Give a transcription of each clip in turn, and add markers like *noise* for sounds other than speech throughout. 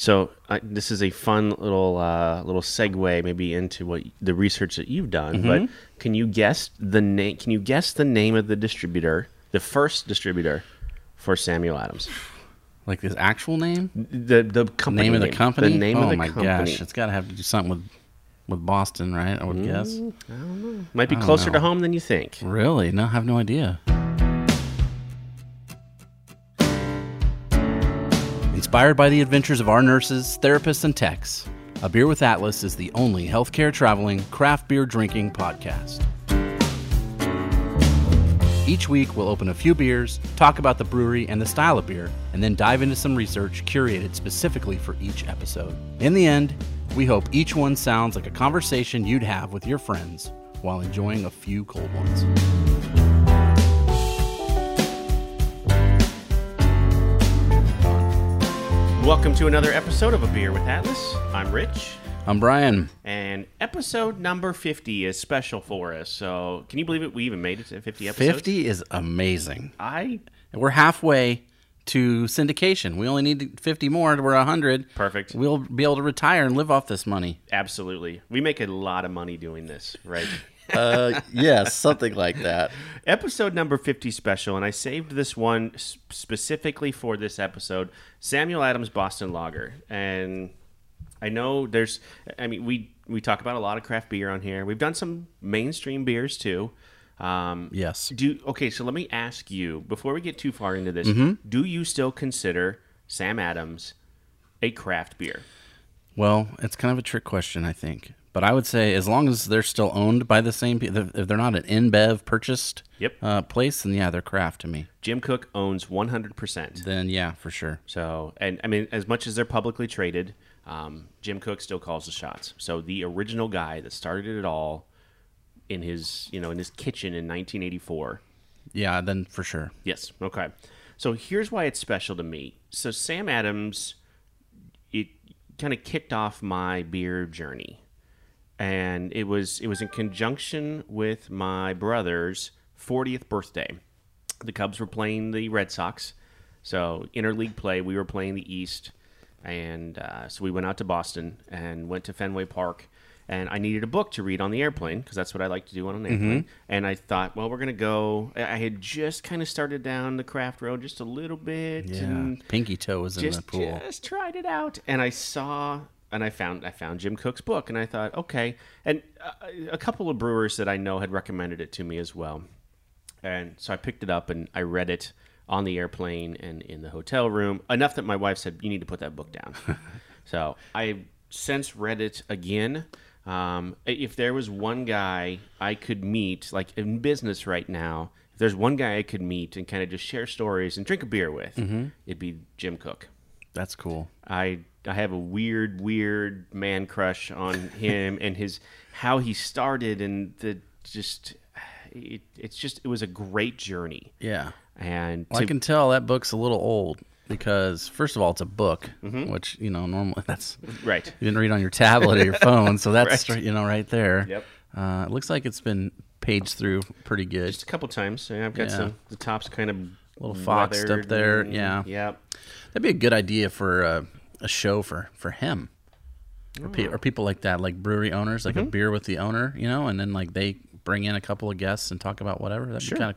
So I, this is a fun little uh, little segue, maybe into what the research that you've done. Mm-hmm. But can you guess the name? Can you guess the name of the distributor, the first distributor for Samuel Adams? Like his actual name, The the company name of the company. The name oh of the my company. Mm. gosh, it's got to have to do something with with Boston, right? I would guess. Might be don't closer to know. home than you think. Really? No, I have no idea. Inspired by the adventures of our nurses, therapists, and techs, A Beer with Atlas is the only healthcare traveling, craft beer drinking podcast. Each week, we'll open a few beers, talk about the brewery and the style of beer, and then dive into some research curated specifically for each episode. In the end, we hope each one sounds like a conversation you'd have with your friends while enjoying a few cold ones. Welcome to another episode of A Beer with Atlas. I'm Rich, I'm Brian. and episode number fifty is special for us. So can you believe it? We even made it to fifty episodes. 50 is amazing. I We're halfway to syndication. We only need 50 more. We're 100. Perfect. We'll be able to retire and live off this money. absolutely. We make a lot of money doing this, right? Uh, *laughs* yes, something like that. episode number 50 special and i saved this one s- specifically for this episode samuel adams boston lager and i know there's i mean we we talk about a lot of craft beer on here we've done some mainstream beers too um Yes. do okay so let me ask you before we get too far into this do you still consider sam adams a craft beer Well, it's kind of a trick question, I think. But I would say as long as they're still owned by the same people, if they're not an InBev purchased Yep. uh, place, then yeah, they're craft to me. jim cook owns 100% Then yeah, for sure. So, and I mean, as much as they're publicly traded, um, Jim Cook still calls the shots. So the original guy that started it all in his, you know, in his kitchen in 1984. Yeah, then for sure. Yes. Okay. So here's why it's special to me. So Sam Adams, it kind of kicked off my beer journey, and it was it was in conjunction with my brother's 40th birthday. The Cubs were playing the Red Sox, so interleague play. We were playing the East, and uh, so we went out to Boston and went to Fenway Park. And I needed a book to read on the airplane because that's what I like to do on an Mm-hmm. airplane. And I thought, well, we're gonna go. I I had just kind of started down the craft road just a little bit, Yeah. and Pinky toe was in just, the pool. just tried it out and i saw and i found i found jim cook's book and i thought okay and uh, a couple of brewers that i know had recommended it to me as well and so i picked it up and i read it on the airplane and in the hotel room enough that my wife said you need to put that book down so i since read it again um, if there was one guy i could meet like in business right now if there's one guy i could meet and kind of just share stories and drink a beer with it'd be jim cook That's cool. I I have a weird, weird man crush *laughs* on him and his how he started and the just it, it's just it was a great journey Yeah. and Well, I to- can tell that book's a little old because first of all, it's a book, which you know normally *laughs* that's Mm-hmm. right you didn't read on your tablet or *laughs* your phone, so that's straight you know right there. Yep. Uh, it looks like it's been paged through pretty good. just a couple times and I've got Yeah. some the tops kind of Little foxed up weathered there, and- yeah. yep That'd be a good idea for uh, a show for for him. Or, Oh. pe- or people like that, like brewery owners, like Mm-hmm. a beer with the owner, you know, and then like they bring in a couple of guests and talk about whatever. That'd be kind of.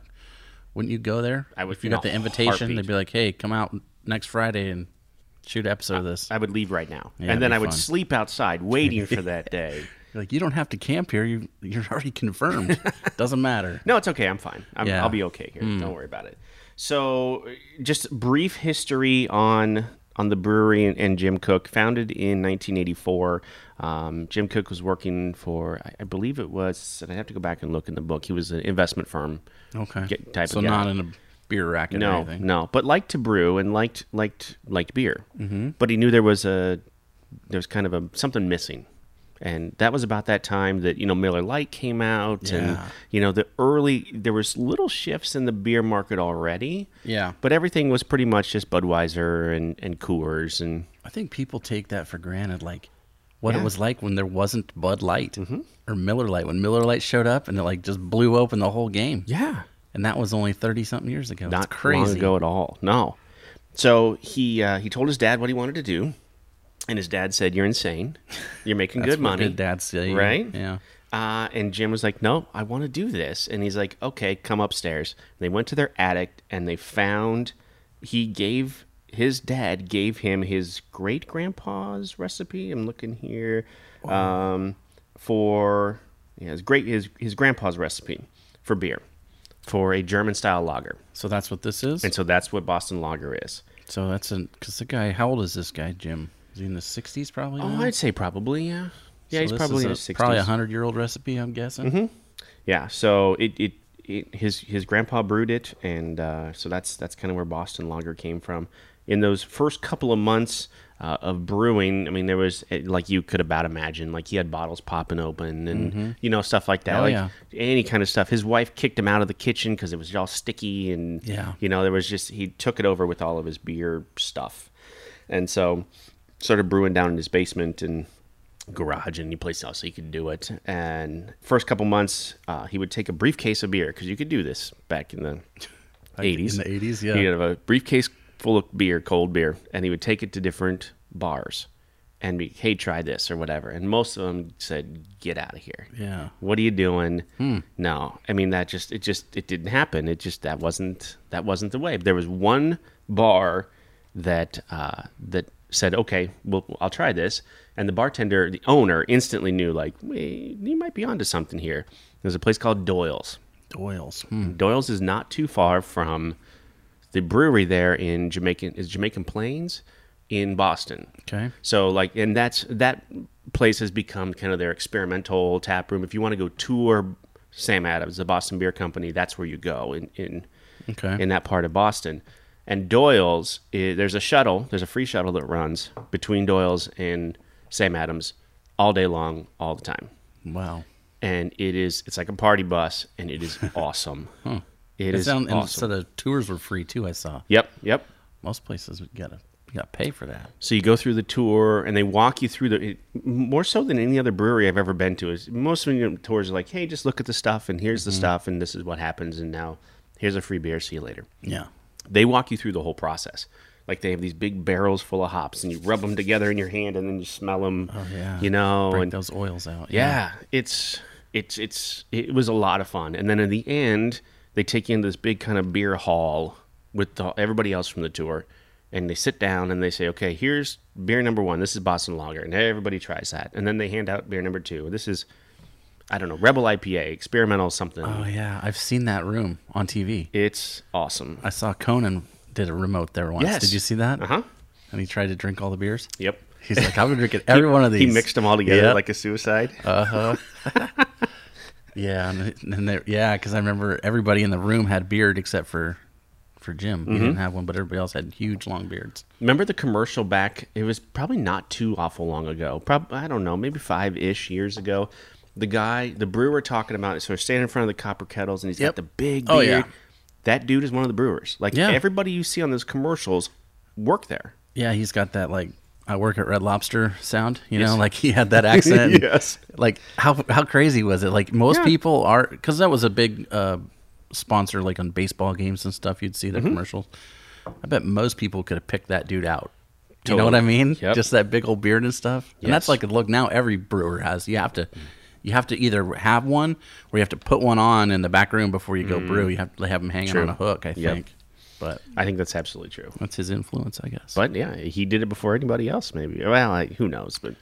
Wouldn't you go there? I would If you in got a the invitation, heartbeat. they'd be like, "Hey, come out next Friday and shoot an episode of this." I would leave right now Yeah, and then it'd be I would fun. sleep outside waiting for *laughs* that day You're like you don't have to camp here. You you're *laughs* already *laughs* confirmed. Doesn't matter. No, it's okay. I'm fine. I'm, Yeah. Hmm. I'll be okay here. Don't worry about it. So, just brief history on on the brewery and, and Jim Cook, founded in 1984. Um, Jim Cook was working for, I, I believe it was, and I have to go back and look in the book. He was an investment firm. Okay. Get- type so of guy. not in a beer racket or No, anything. no, but liked to brew and liked liked liked beer. Mm-hmm. But he knew there was a there was kind of a something missing, and that was about that time that you know Miller Lite came out, and Yeah. you know the early there was little shifts in the beer market already. Yeah. but everything was pretty much just Budweiser and and Coors and I think people take that for granted, like what Yeah. Mm-hmm. it was like when there wasn't Bud Light or Miller Light. When Miller Light showed up and it like just blew open the whole game. yeah, And that was only thirty something years ago. not it's crazy. long ago at all. No. So he uh, he told his dad what he wanted to do, And his dad said, "You're insane. You're making *laughs* That's good what money." Good dad say. right? Yeah. Uh, and Jim was like, "No, I want to do this." And he's like, "Okay, come upstairs." And they went to their attic, and they found he gave his dad gave him his great grandpa's recipe. I'm looking here um, for yeah, his great his his grandpa's recipe for beer for a German style lager, So that's what this is. and so that's what Boston lager is. so that's an because the guy. How old is this guy, Jim? Is he in the sixties probably? Oh, now? I'd say probably yeah, yeah. So he's this probably is in a, his Mm-hmm. 60s. probably a hundred year old recipe. I'm guessing. Yeah, so it, it, it his his grandpa brewed it, and uh, so that's that's kind of where Boston Lager came from. In those first couple of months uh, of brewing, I mean, there was eh, like you could about imagine, like he had bottles popping open and you know stuff like that, Oh, like yeah. any kind of stuff. His wife kicked him out of the kitchen because it was all sticky, and Yeah. you know there was just he took it over with all of his beer stuff, and so started brewing down in his basement and garage any place else he could do it. And first couple months, uh, he would take a briefcase of beer because you could do this back in the eighties. in the 80s, yeah. he'd have a briefcase full of beer, cold beer, and he would take it to different bars and be, hey, try this or whatever. And most of them said, get out of here. Yeah. What are you doing? No, I mean that just it just it didn't happen. It just that wasn't that wasn't the way. There was one bar that uh, that said, "Okay, well, I'll try this," and the bartender, the owner, instantly knew like, "Wait, you might be onto something here." There's a place called Doyle's. Doyle's. Hmm. Doyle's is not too far from the brewery there in Jamaican is Jamaican Plains in Boston. Okay. So like, and that's that place has become kind of their experimental tap room. If you want to go tour Sam Adams, the Boston Beer Company, that's where you go in in Okay. in that part of Boston. And Doyle's, i there's a shuttle, there's a free shuttle that runs between Doyle's and Sam Adams all day long, all the time. wow. And it is, it's like a party bus, and it *laughs* is awesome. It It is sound, And so awesome. the tours were free too. I saw Yep, yep. most places would gotta you gotta pay for that. So you go through the tour, and they walk you through the it, more so than any other brewery I've ever been to. Is most of the tours are like, hey, just look at the stuff, and here's Mm-hmm. the stuff, and this is what happens, and now here's a free beer. See you later. Yeah. They walk you through the whole process. Like they have these big barrels full of hops, and you rub them together in your hand, and then you smell them. Oh yeah. you know, Break and those oils out. yeah, it's it's it's it was a lot of fun. And then in the end, they take you into this big kind of beer hall with the, everybody else from the tour, and they sit down and they say, "Okay, here's beer number one. This is Boston Lager," and everybody tries that. And then they hand out beer number two. This is, I don't know, Rebel IPA, experimental something. Oh yeah. I've seen that room on TV. it's awesome. I saw Conan did a remote there once. Yes. Did you see that? Uh huh. And he tried to drink all the beers. Yep. He's like, I'm gonna drink it, every one of these. He mixed them all together Yep. Uh-huh. like a suicide. *laughs* *laughs* yeah, and, and there, yeah, because I remember everybody in the room had beard except for for Jim. Mm-hmm. He didn't have one, but everybody else had huge long beards. Remember the commercial back? It was probably not too awful long ago. Probably I don't know, maybe five ish years ago. The guy, the brewer, talking about it. So we're standing in front of the copper kettles, and he's Yep. got the big beard. Oh, yeah. That dude is one of the brewers. Like Yeah. everybody you see on those commercials work there. Yeah, he's got that like I work at Red Lobster sound. You know, like he *laughs* had that accent. Yes. Like how how crazy was it? Like most Yeah. people are because that was a big uh, sponsor, like on baseball games and stuff. You'd see Mm-hmm. the commercials. I bet most people could have picked that dude out. Do You know what I mean? Yep. Just that big old beard and stuff. And that's Yes. like look now every brewer has. You have to. You have to either have one or you have to put one on in the back room before you go brew. You have to have them hanging on a hook, I Mm. Yep. think. But I think that's absolutely true. that's his influence, I guess. But yeah, he did it before anybody else. Maybe. Well, I, who knows? But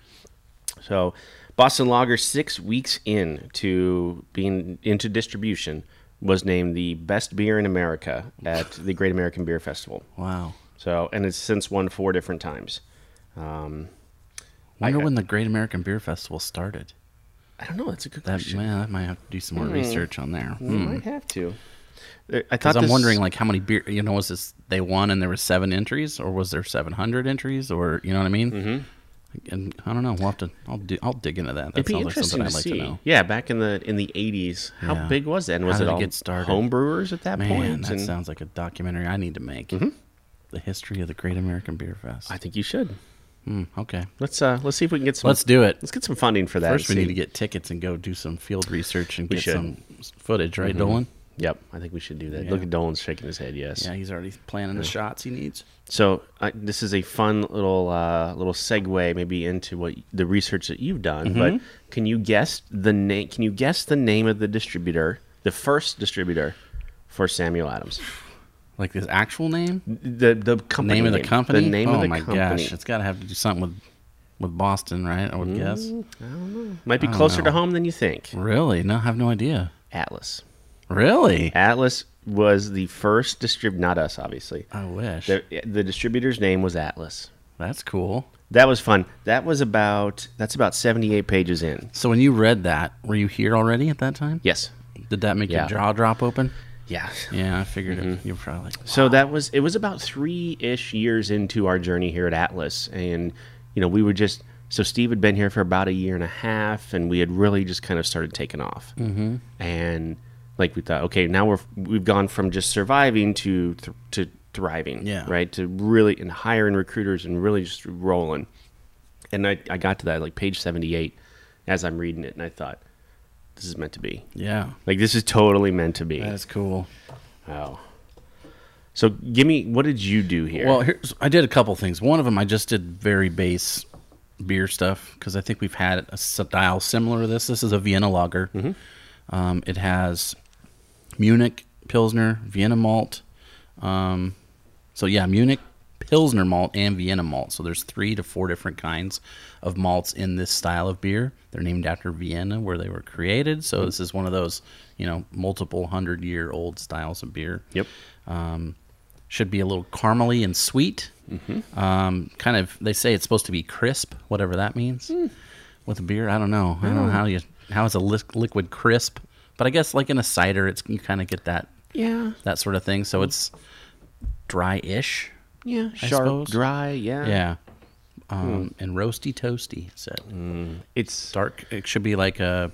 so Boston Lager, six weeks in to being into distribution, was named the best beer in America at the Great American Beer Festival. wow. So, and it's since won four different times. Um, Wonder when the Great American Beer Festival started. I don't know. That's a good That question. man, I might have to do some more Hmm. research on there. We might have to. There- I thought Because I'm this- wondering, like, how many beer? You know, was this they won and there were seven entries, or was there 700 entries, or you know what I mean? Mm-hmm. And I don't know. We'll have to. I'll do. I'll dig into that. That It'd be sounds like interesting to something I'd like see. to know. Yeah, back in the in the eighties, how Yeah. big was that? And was How it did it all get started? homebrewers at that Man, point? that And Mm-hmm. sounds like a documentary I need to make. The history of the Great American Beer Fest. I think you should. Hmm, okay, Let's uh let's see if we can get some. let's do it. Let's get some funding for that. First, we and need to see- get tickets and go do some field research and We get should. Mm-hmm. some footage, right, Dolan? Yep, I think we should do that. Look at Dolan's shaking his head. Yes. Yeah, he's already planning the shots he needs. So I, this is a fun little uh, little segue, maybe into what the research that you've done. Mm-hmm. But can you guess the name? Can you guess the name of the distributor, the first distributor for Samuel Adams? Like his actual name, The the company name of the company. The name oh of the my company. Mm. gosh, it's got to have to do something with with Boston, right? I would guess. Might be closer to home than you think. Really? No, I have no idea. Atlas. Really? Atlas was the first distrib. Not us, obviously. I wish. The, the distributor's name was Atlas. That's cool. That was fun. That was about that's about seventy eight pages in. So when you read that, were you here already at that time? Yes. Did that make Yeah. Mm-hmm. your jaw drop open? Yeah. Yeah, I figured it. You're probably like, So that was it was about three ish years into our journey here at Atlas, and you know we were just so Steve had been here for about a year and a half, and we had really just kind of started taking off, mm-hmm. and like we thought, okay, now we're we've gone from just surviving to th- to thriving, Yeah. right? To really and hiring recruiters and really just rolling, and I I got to that like page seventy eight as I'm reading it, and I thought this is meant to be. yeah, Like this is totally meant to be. that's cool. Oh. So give me what did you do here? Well, here's, I did a couple things. One of them, I just did very base beer stuff because I think we've had a style similar to this. This is a Vienna lager. Um, it has Munich Pilsner, Vienna malt. Um, so yeah, Munich Pilsner malt and Vienna malt. So there's three to four different kinds of malts in this style of beer. They're named after Vienna, where they were created. So this is one of those, you know, multiple hundred year old styles of beer yep. should be a little caramely and sweet. Um, kind of, they say it's supposed to be crisp, whatever that means. With a beer, I don't know. I don't know how you how is a li- liquid crisp, but I guess like in a cider, it's you kind of get that Yeah. that sort of thing. So it's dry-ish, Yeah. I Sharp, suppose. dry, yeah. yeah, um, and roasty toasty. It said It's dark. It should be like a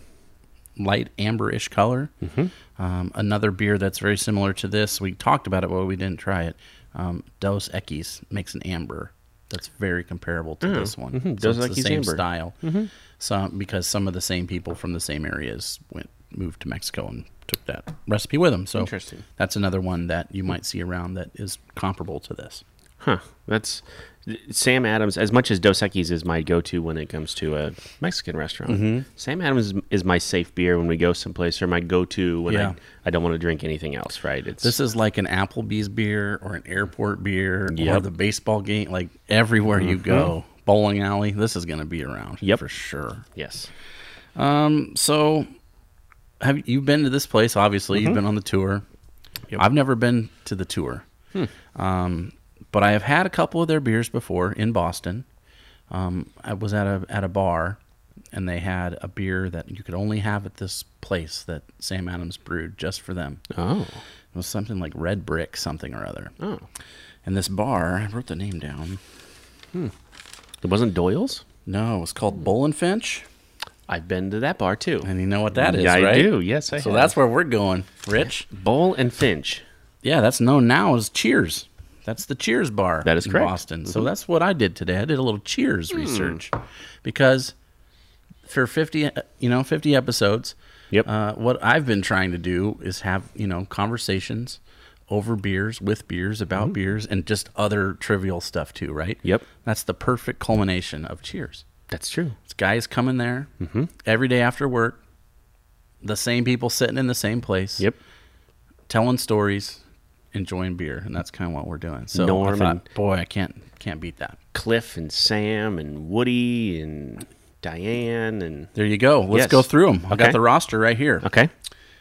light amberish color. Mm-hmm. Um, another beer that's very similar to this. We talked about it, but we didn't try it. Um, Dos Equis makes an amber that's very comparable to this one. So Mm-hmm. Dos it's the Equis same amber. Mm-hmm. style. Some because some of the same people from the same areas went moved to Mexico and took that recipe with them. So Interesting. That's another one that you might see around that is comparable to this. huh. That's Sam Adams, as much as Dos Equis is my go to when it comes to a Mexican restaurant, Sam Adams is, is my safe beer when we go someplace or my go to when Yeah. I, I don't want to drink anything else, right? It's This is like an Applebee's beer or an airport beer or Yep. Mm-hmm. the baseball game. Like everywhere you go, bowling alley, this is going to be around. Yep. for sure. yes. So, have you been to this place? Obviously, Mm-hmm. you've been on the tour. I've never been to the tour, Hmm. um, but I have had a couple of their beers before in Boston. Um, I was at a at a bar, and they had a beer that you could only have at this place that Sam Adams brewed just for them. Oh. It was something like Red Brick, something or other. Oh. And this bar, I wrote the name down. It wasn't Doyle's? No, it was called Bull and Finch. I've been to that bar too. And you know what that is, Yeah, I right? do. Yes, I So have. that's where we're going, Rich. Bowl and Finch. Yeah, that's known now as Cheers. That's the Cheers bar. That is in correct. Mm-hmm. Boston. So that's what I did today. I did a little Cheers research because for 50, uh, you know, 50 episodes, Yep. uh, what I've been trying to do is have, you know, conversations over beers, with beers, about beers, and just other trivial stuff too, right? Mm-hmm. Yep. That's the perfect culmination of Cheers. That's true. It's guys coming there Mm-hmm. every day after work, the same people sitting in the same place Yep. telling stories, enjoying beer, and that's kind of what we're doing. So Norm I and- thought, boy, I can't can't beat that. Cliff and Sam and Woody and Diane and There you go. Let's Yes. go through them. I've got Okay. the roster right here. okay,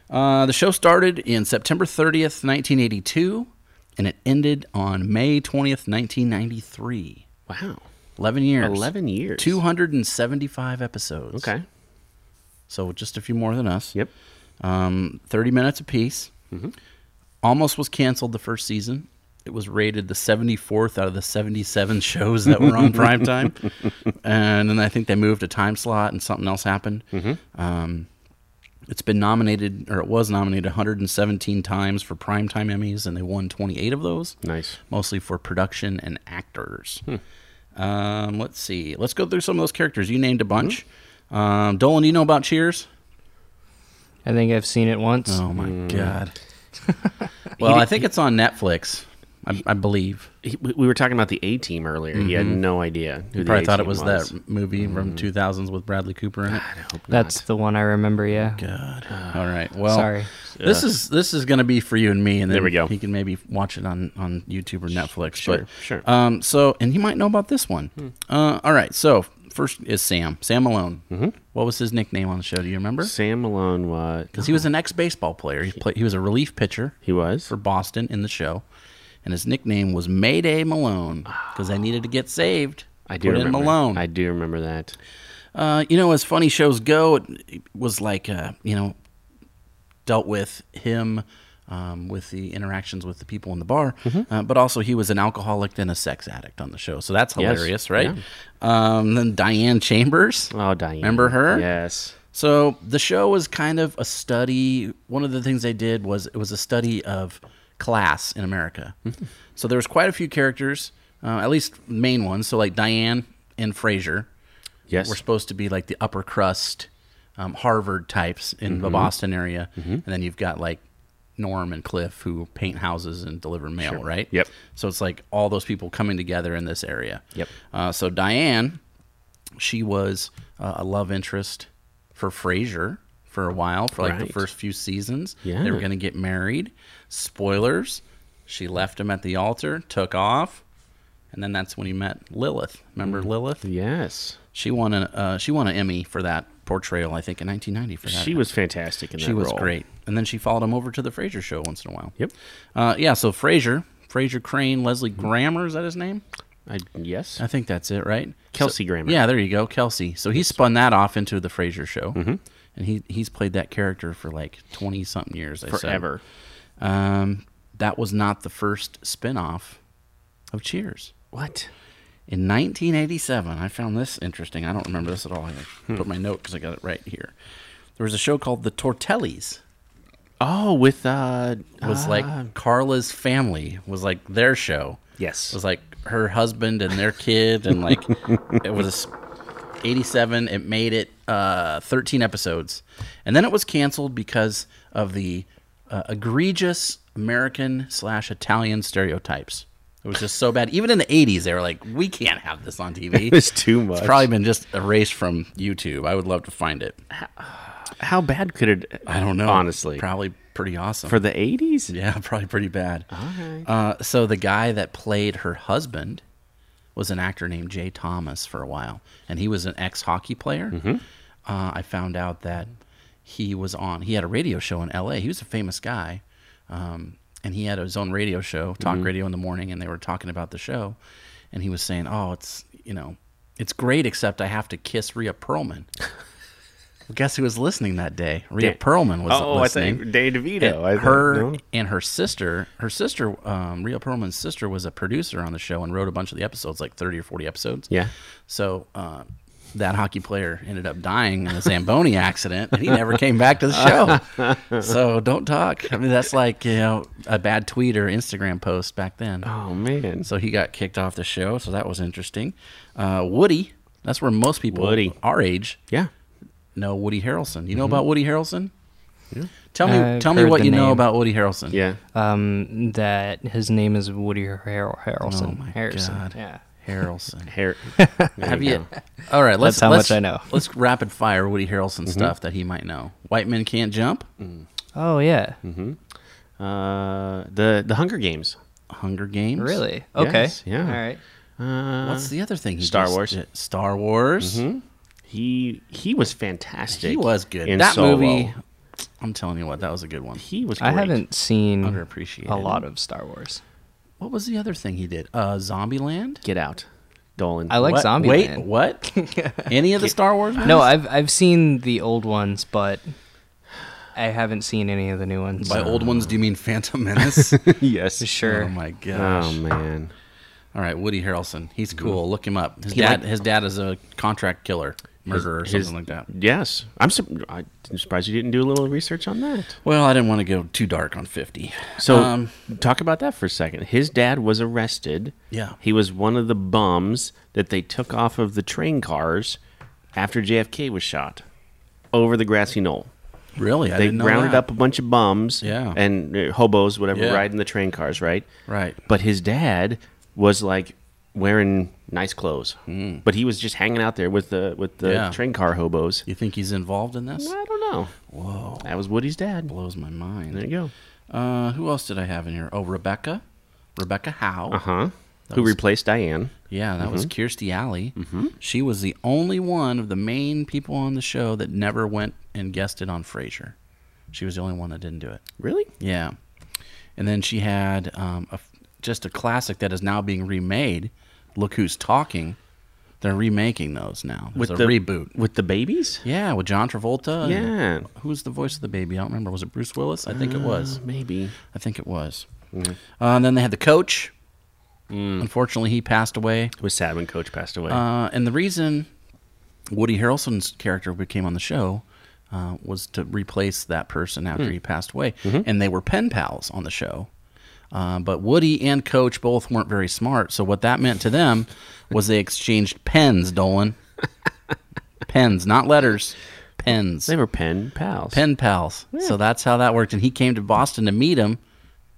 Uh, the show started in September 30th, 1982, and it ended on May 20th, 1993. wow, 11 years. eleven years, 275 episodes. okay, So just a few more than us. yep, um, 30 minutes apiece. Almost was canceled the first season. It was rated the 74th out of the 77 shows that were on primetime. And then I think they moved a time slot and something else happened. Um, it's been nominated, or it was nominated 117 times for primetime Emmys, and they won 28 of those, nice, mostly for production and actors. Um, let's see. Let's go through some of those characters. You named a bunch. Um, Dolan, do you know about Cheers? Oh I think I've seen it once. Oh my god. *laughs* Well, I think it's on Netflix, I, I believe. He, we we were talking about the A team earlier. Mm-hmm. He had no idea who the Probably thought it A-Team was, that movie Mm-hmm. from 2000s with Bradley Cooper in it. That's the one I remember. Yeah. God. All right. Well, Sorry. This is this is going to be for you and me, and then There we go. He can maybe watch it on on YouTube or Netflix. Sure, but, sure. Hmm. Um. So, and you might know about this one. Uh. All right. So first is Sam. Sam Malone. Mm-hmm. What was his nickname on the show? Do you remember? Sam Malone. What Because he was an ex baseball player. He played. He was a relief pitcher he was? for Boston in the show, and his nickname was Mayday Malone because they needed to get saved. Ah. I do Put remember. in Malone. I do remember that. Uh, you know, as funny shows go, it, it was like uh, you know, dealt with him um, with the interactions with the people in the bar, Mm-hmm. uh, but also he was an alcoholic and a sex addict on the show, so that's Yes. hilarious, right? Um, then Diane Chambers. Oh, Diane. Remember her? Yes. So the show was kind of a study. One of the things they did was it was a study of class in America. so there was quite a few characters, uh, at least main ones. So like Diane and Frasier Yes. were supposed to be like the upper crust um, Harvard types in Mm-hmm. the Boston area, and then you've got like Norm and Cliff who paint houses and deliver mail, right? Yep. So it's like all those people coming together in this area. Yep. Uh, so Diane, she was uh, a love interest for Frasier for a while, for like the Right. first few seasons. Yeah. They were going to get married. Spoilers: she left him at the altar, took off, and then that's when he met Lilith. Remember Mm-hmm. Lilith? yes. She won an uh, she won an Emmy for that portrayal, I think, in 1990 for that. She was fantastic in that she was role. great, and then she followed him over to the Frasier Show once in a while. Yep. Mm-hmm. Uh, yeah. So Frasier, Frasier Crane, Leslie Grammer is that his name? I, yes. I think that's it, right? Kelsey So- Grammer. Yeah, there you go, Kelsey. So he spun that off into the Frasier Show, Mm-hmm. and he he's played that character for like 20 something years. I said. Forever. Um, that was not the first spinoff of Cheers. What? In 1987, I found this interesting. I don't remember this at all. I put my note because I got it right here. There was a show called The Tortellis. Oh, with uh, It was uh, like Carla's family was like their show. Yes. It was like her husband and their kid *laughs* and like it was 87. It made it uh, 13 episodes, and then it was canceled because of the uh, egregious American slash Italian stereotypes. It was just so bad. Even in the 80s, they were like, we can't have this on *laughs* TV. It's too much. It's probably been just erased from YouTube. I would love to find it. how bad could it? I don't know. Honestly, probably pretty awesome. for the eighties. *laughs* yeah, probably pretty bad. Uh, so the guy that played her husband was an actor named Jay Thomas for a while, and he was an ex hockey player. Mm-hmm. Uh, I found out that he was on. He had a radio show in L.A. He was a famous guy, um, and he had his own radio show, talk Mm-hmm. radio in the morning, and they were talking about the show, and he was saying, "Oh, it's you know, it's great, except I have to kiss *laughs* Rhea Perlman." Well, Guess who was listening that day? Rhea Dan- Perlman was Oh, I listening. think Dave DeVito. And I think, her no? and her sister, her sister, um, Rhea Perlman's sister, was a producer on the show and wrote a bunch of the episodes, like thirty or forty episodes. Yeah. So uh, that hockey player ended up dying in a zamboni *laughs* accident, and he never came back to the *laughs* show. so don't talk. I mean, that's like you know a bad tweet or Instagram post back then. Oh man. So he got kicked off the show. So that was interesting. Uh, Woody, that's where most people Woody. our age yeah. know Woody Harrelson. You know Mm-hmm. about Woody Harrelson? Tell me, I've tell me heard what the you know name. about Woody Harrelson. Yeah. Um, that his name is Woody Har- Harrelson. Oh my Harrison. God. Yeah. *laughs* Harrelson. *laughs* Hair. Have you? All right, let's. That's how much let's- I know. *laughs* Let's rapid fire Woody Harrelson Mm-hmm. stuff that he might know. White men can't jump. Mm. Oh yeah. Uh, the the Hunger Games. Hunger Games. Really? Okay. Yes, yeah. All right. Uh, What's the other thing? He Star just Wars. Mm-hmm. did? Star Wars. he he was fantastic. He was good. in that Solo. movie. I'm telling you what, that was a good one. He was. Great. I haven't seen Underappreciated. a lot of Star Wars. What was the other thing he did? Uh, Zombieland. Get out, Dolan. I like What? Zombie. Wait, what? *laughs* Any of the Star Wars? Movies? No, I've I've seen the old ones, but I haven't seen any of the new ones. By old ones, do you mean Phantom Menace? yes. *laughs* sure. Oh my gosh! Oh man. All right, Woody Harrelson. He's cool. Look him up. His dad. his dad is a contract killer, murderer, or something his- like that. Yes. I'm, sur- I'm surprised you didn't do a little research on that. Well, I didn't want to go too dark on 50. So Um, talk about that for a second. His dad was arrested. Yeah. He was one of the bums that they took off of the train cars after JFK was shot over the grassy knoll. Really? I they didn't know rounded that. up a bunch of bums Yeah. and uh, hobos, whatever, Yeah. riding the train cars, right? Right. But his dad was like wearing nice clothes, mm. but he was just hanging out there with the with the Hmm. Yeah. train car hobos. You think he's involved in this? I don't know. Whoa. That was Woody's dad. Blows my mind. There you go. Uh, who else did I have in here? Oh, Rebecca. Rebecca Howe. Uh huh. Who replaced Diane? Yeah, that was Kirstie Alley. Mm-hmm. She was the only one of the main people on the show that never went and guested on Frasier. She was the only one that didn't do it. Really? Yeah. And then she had um, a, just a classic that is now being remade. Look Who's Talking. They're remaking those now. There's a reboot. with the babies. Yeah, with John Travolta. Yeah. Uh. and- Who was the voice of the baby? I don't remember. Was it Bruce Willis? I think it was. Maybe. I think it was. Mm. Uh, and then they had the coach. Unfortunately, he passed away. It was sad when Coach passed away. Uh, and the reason Woody Harrelson's character became on the show uh, was to replace that person after he passed away. And they were pen pals on the show. Uh, but Woody and Coach both weren't very smart. So what that meant to them was they exchanged pens, Dolan. pens, not letters. Pens. they were pen pals. Pen pals. So that's how that worked. And he came to Boston to meet him.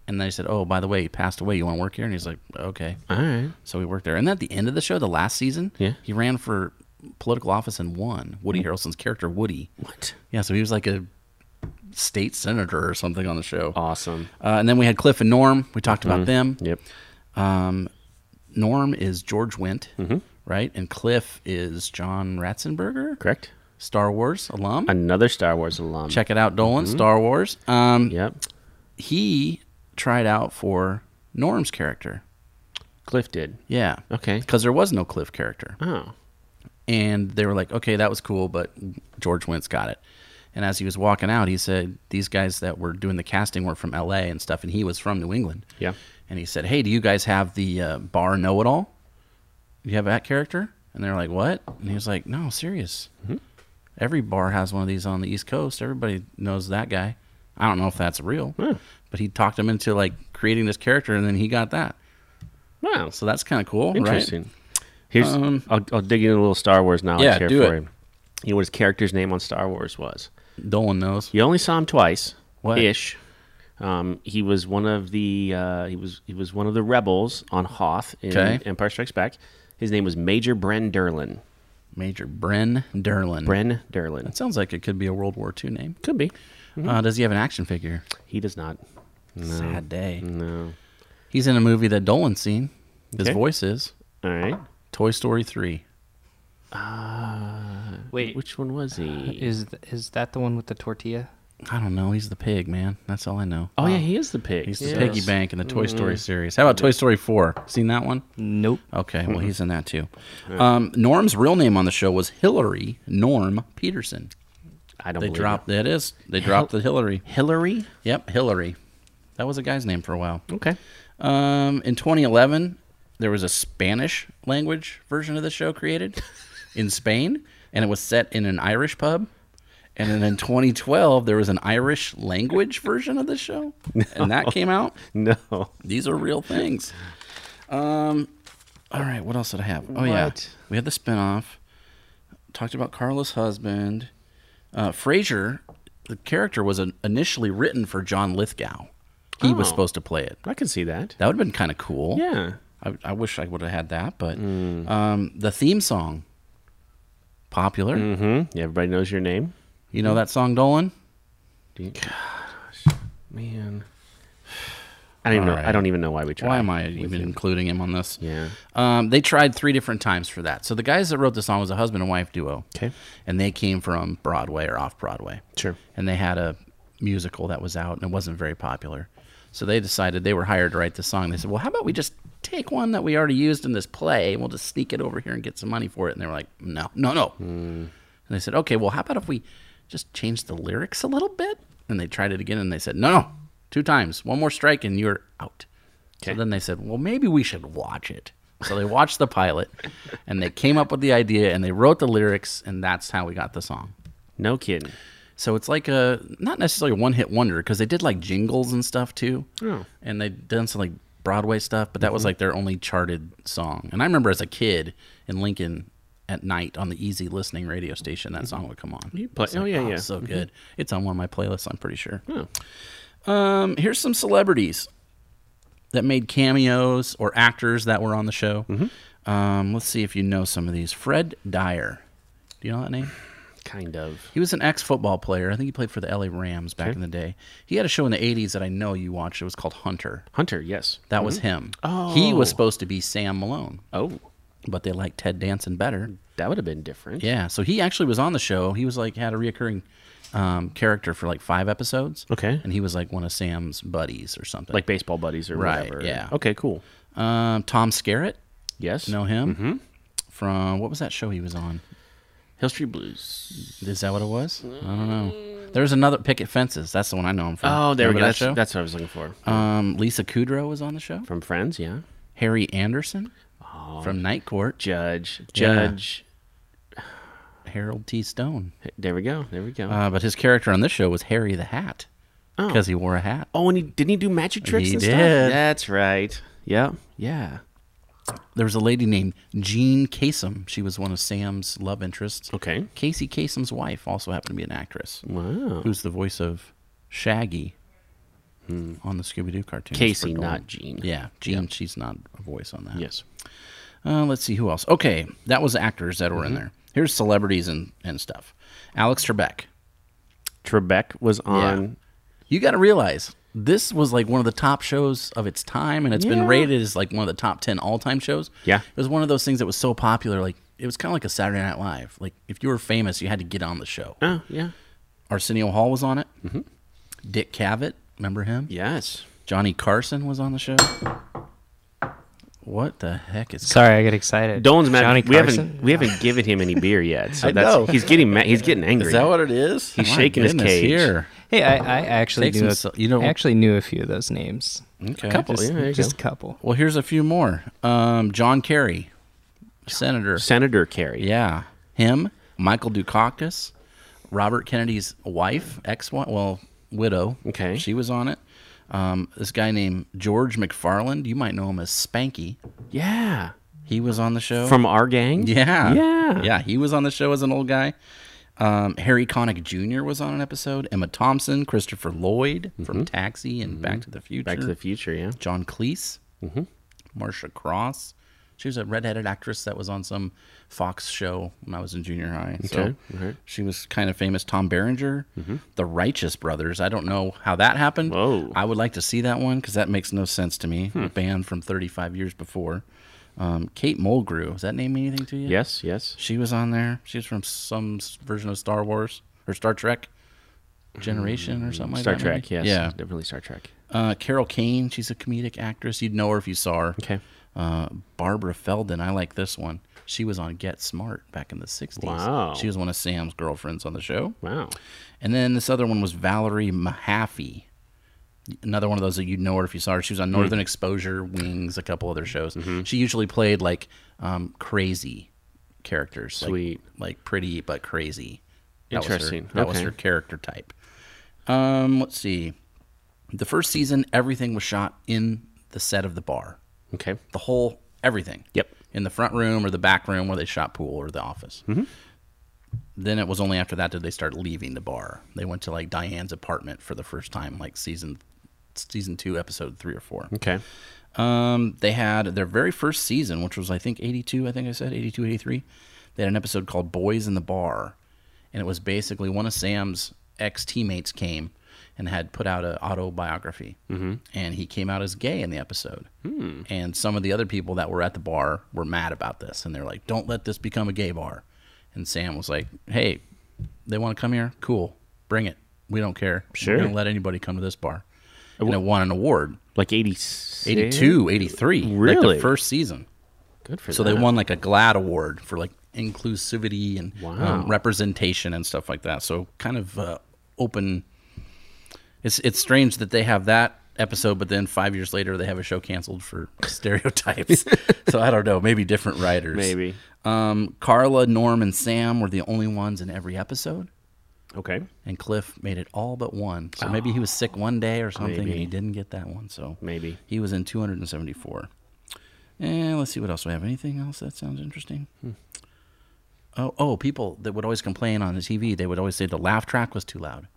And they said, Oh, by the way, he passed away. You want to work here? And he's like, Okay. All right. So we worked there. And at the end of the show, the last season, Yeah. he ran for political office and won. Woody Harrelson's character, Woody. What? Yeah, so he was like a state senator or something on the show. Oh. Awesome. Uh, and then we had Cliff and Norm. We talked about them. Yep. Um, Norm is George Wendt, right? And Cliff is John Ratzenberger, Correct. Star Wars alum. Another Star Wars alum. Check it out, Dolan, Star Wars. Um, Yep. He tried out for Norm's character. Cliff did. Yeah. Okay. Because there was no Cliff character. Oh. and they were like, "Okay, that was cool, but George Wentz got it." And as he was walking out, he said, "These guys that were doing the casting were from L.A. and stuff, and he was from New England." Yeah. And he said, "Hey, do you guys have the uh, bar know it all? You have that character?" And they're like, "What?" And he was like, "No, serious. Mm-hmm. Every bar has one of these on the East Coast. Everybody knows that guy. I don't know if that's real, but he talked him into like creating this character, and then he got that. Wow. So that's kind of cool, right? Interesting. Here's I'll, I'll dig in a little Star Wars knowledge Um, Yeah, here do for it. you. You know what his character's name on Star Wars was? Dolan knows. You only saw him twice. What? Ish. Um, he was one of the uh, he was he was one of the rebels on Hoth in Okay. Empire Strikes Back. His name was Major Bren Derlin. Major Bren Derlin. Bren Derlin. That sounds like it could be a World War II name. Could be. Uh, does he have an action figure? He does not. Sad day. No. He's in a movie that Dolan's seen. His Okay. voice is All right. Toy Story 3. Wait, Uh, Which one was he? is th- is that the one with the tortilla? I don't know. He's the pig, man. That's all I know. oh yeah, he is Mm-hmm. the pig. He's the Yes. piggy bank in the Toy Story series. How about Toy Story 4? Seen that one? Nope. Okay, well, he's in that too. Um, Norm's real name on the show was Hillary Norm Peterson. I don't. They believe it. dropped, that is, they dropped the Hillary. Hillary. Yep, Hillary. That was a guy's name for a while. Okay. Um, in 2011, there was a Spanish language version of the show *laughs* created in Spain, and it was set in an Irish pub. And then in 2012, there was an Irish language version of the show, and that came out. No. *laughs* These are real things. Um, all right, what else did I have? Oh yeah, What? we had the spinoff. Talked about Carla's husband, uh, Frasier. The character was an, initially written for John Lithgow. He was Oh. supposed to play it. I can see that. That would have been kind of cool. Yeah. Mm. I, I wish I would have had that, but um, the theme song, popular. Mm-hmm. Everybody knows your name. You know that song, Dolan? Gosh, man. I don't even know. I don't even know why we tried. Why am I even including him on this? Yeah. Um, they tried three different times for that. So the guys that wrote the song was a husband and wife duo. Okay. And they came from Broadway or off Broadway. Sure. And they had a musical that was out and it wasn't very popular. So they decided they were hired to write the song. They said, well, how about we just take one that we already used in this play and we'll just sneak it over here and get some money for it? And they were like, no, no, no. Mm. And they said, okay, well, how about if we just change the lyrics a little bit? And they tried it again and they said, no, no, two times, one more strike and you're out. So Okay. then they said, well, maybe we should watch it. So they watched the pilot and they came up with the idea and they wrote the lyrics and that's how we got the song. No kidding. So it's like a not necessarily a one hit wonder because they did like jingles and stuff too. Oh. Mm-hmm. And they'd done some like Broadway stuff, but that was like their only charted song. And I remember as a kid in Lincoln, at night on the easy listening radio station, that song would come on. You play- It's oh, yeah, yeah. so good. It's on one of my playlists, I'm pretty sure. Oh. Um, here's some celebrities that made cameos or actors that were on the show. Mm-hmm. Um, let's see if you know some of these. Fred Dyer. Do you know that name? Kind of. He was an ex football player. I think he played for the LA Rams back in the day. He had a show in the 80s that I know you watched. It was called Hunter. Hunter, yes. That was him. He Oh. was supposed to be Sam Malone, Oh, but they liked Ted Danson better. that would have been different. Yeah, so he actually was on the show. He was like had a reoccurring um, character for like five episodes. Okay. and he was like one of Sam's buddies or something. Like baseball buddies or Right, whatever. yeah. Okay, cool. um, Tom Skerritt, Yes. know him Mm-hmm. from what was that show he was on? Hill Street Blues. Is that what it was? I don't know. There's another Picket Fences. That's the one I know him from. Mm. Oh, there we Remember go. That That's, show. that's what I was looking for. um, Lisa Kudrow was on the show. From Friends, yeah. Harry Anderson Oh, from Night Court. Judge. Judge. Harold T. Stone. There we go. There we go. Uh, but his character on this show was Harry the Hat Oh. because he wore a hat. oh, and he didn't he do magic tricks He and stuff? did. That's right. Yeah. Yeah. There was a lady named Jean Kasem. She was one of Sam's love interests. Okay. Casey Kasem's wife also happened to be an actress, Wow. who's the voice of Shaggy on the Scooby Doo cartoon. Hmm. Casey, not Gene. Yeah, Jean. She's not a voice on that. Yes. Uh, let's see who else. Okay, that was actors that were Mm-hmm. in there. Here's celebrities and, and stuff. Alex Trebek. Trebek was on. You got to realize this was like one of the top shows of its time, and it's Yeah. been rated as like one of the top ten all time shows. Yeah. it was one of those things that was so popular. Like it was kind of like a Saturday Night Live. Like if you were famous, you had to get on the show. Oh, yeah. Arsenio Hall was on it. Mm-hmm. Dick Cavett, remember him? Yes. Johnny Carson was on the show. What the heck is? Sorry, I get excited. Dolan's mad. Johnny we haven't Carson? we haven't given him any beer yet, so *laughs* I that's know. he's getting mad. He's getting angry. Is that what it is? He's shaking his goodness, cage. Here. Hey, I, I actually Take knew some a, so- you know- Hmm? I actually knew a few of those names. Okay. couple, Just, yeah, there you just go. a couple. Well, here's a few more. Um, John Kerry, senator. Senator Kerry. Yeah, him, Michael Dukakis, Robert Kennedy's wife, ex-wife, well, widow. Okay. she was on it. Um, this guy named George McFarland. You might know him as Spanky. Yeah. He was on the show. From our gang. yeah, Yeah. yeah. He was on the show as an old guy. Um, Harry Connick Jr. was on an episode. Emma Thompson, Christopher Lloyd from Taxi and Back to the Future. Mm-hmm. Back to the Future. Yeah. John Cleese, Mm-hmm. Marsha Cross. She was a redheaded actress that was on some Fox show when I was in junior high. So Okay, alright. she was kind of famous. Tom Berenger, The Righteous Brothers. I don't know how that happened. Whoa. Hmm. I would like to see that one because that makes no sense to me. A band from 35 years before. Um, Kate Mulgrew. Does that name anything to you? Yes. Yes. She was on there. She was from some s- version of Star Wars or Star Trek generation or something like Star that. Trek. maybe? Yes. Yeah. Definitely Star Trek. Uh, Carol Kane, she's a comedic actress. You'd know her if you saw her. Okay. Uh, Barbara Feldon, I like this one. She was on Get Smart back in the 60s. Wow. She was one of Sam's girlfriends on the show. Wow. And then this other one was Valerie Mahaffey. Another one of those that you'd know her if you saw her. She was on Mm-hmm. Northern Exposure, Wings, a couple other shows. She usually played like um, crazy characters. like- Sweet. Like, pretty but crazy. That was her- Interesting. that was Okay. her character type. Um, let's see. The first season, everything was shot in the set of the bar. Okay. The whole, everything Yep. in the front room or the back room where they shot pool or the office. Then it was only after that did they start leaving the bar. They went to like Diane's apartment for the first time, like season season two, episode three or four. Okay. Um, they had their very first season, which was I think eighty two. I think I said 82, 83. They had an episode called "Boys in the Bar," and it was basically one of Sam's ex teammates came and had put out an autobiography, mm-hmm. and he came out as gay in the episode. And some of the other people that were at the bar were mad about this, and they're like, "Don't let this become a gay bar." And Sam was like, "Hey, they want to come here? Cool, bring it. We don't care. Sure. we don't let anybody come to this bar." And it won an award. Like 86? 82, 83. Like Really? the first season. Good for So that. they won like a GLAD award for like inclusivity and Wow. um, representation and stuff like that. So kind of uh, open. It's it's strange that they have that episode, but then five years later they have a show canceled for *laughs* *laughs* stereotypes. so I don't know. Maybe different writers. Maybe. Um, Carla, Norm, and Sam were the only ones in every episode Okay. and Cliff made it all but one. So maybe he was sick one day or something, and Ah, Maybe. he didn't get that one. So Maybe. he was in Hmm. 274. And let's see what else we have. Anything else that sounds interesting? Oh, oh, people that would always complain on the TV, they would always say the laugh track was too loud.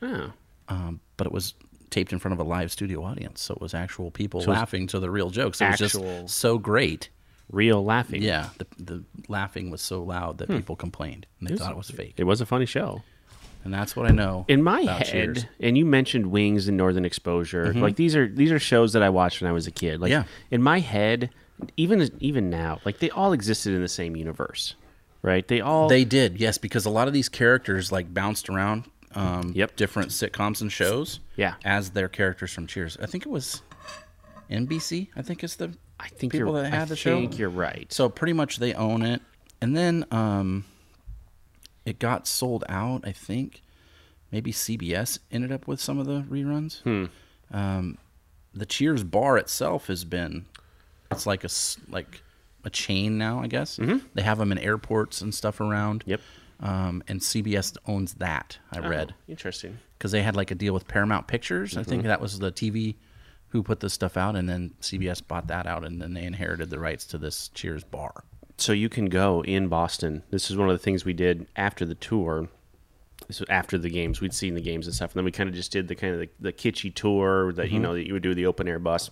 Oh. Um, but it was taped in front of a live studio audience, so it was actual people laughing to the real jokes. It was actual- just so great. Real laughing. Yeah, the, the laughing was so loud Hmm. that people complained and they thought it was fake. It was a funny show. And that's what I know. in my about head Cheers. and you mentioned wings and northern exposure like these are these are shows that i watched when i was a kid like Yeah. in my head even even now like they all existed in the same universe right they all They did, yes, because a lot of these characters like bounced around um, Yep. different sitcoms and shows. Yeah. as their characters from Cheers. I think it was NBC. I think it's the i think people you're, that had I the show. think you're right So pretty much they own it. And then um, it got sold out. I think maybe CBS ended up with some of the reruns. Um, the Cheers bar itself has been it's like a s- like a chain now. I guess they have them in airports and stuff around. Yep. Oh. Um, and CBS owns that. I read interesting because they had like a deal with Paramount Pictures. I think that was the TV who put this stuff out, and then CBS bought that out, and then they inherited the rights to this Cheers bar. so you can go in Boston. This is one of the things we did after the tour. This was after the games. We'd seen the games and stuff, and then we kind of just did the kind of the, the kitschy tour that you know that you would do with the open air bus,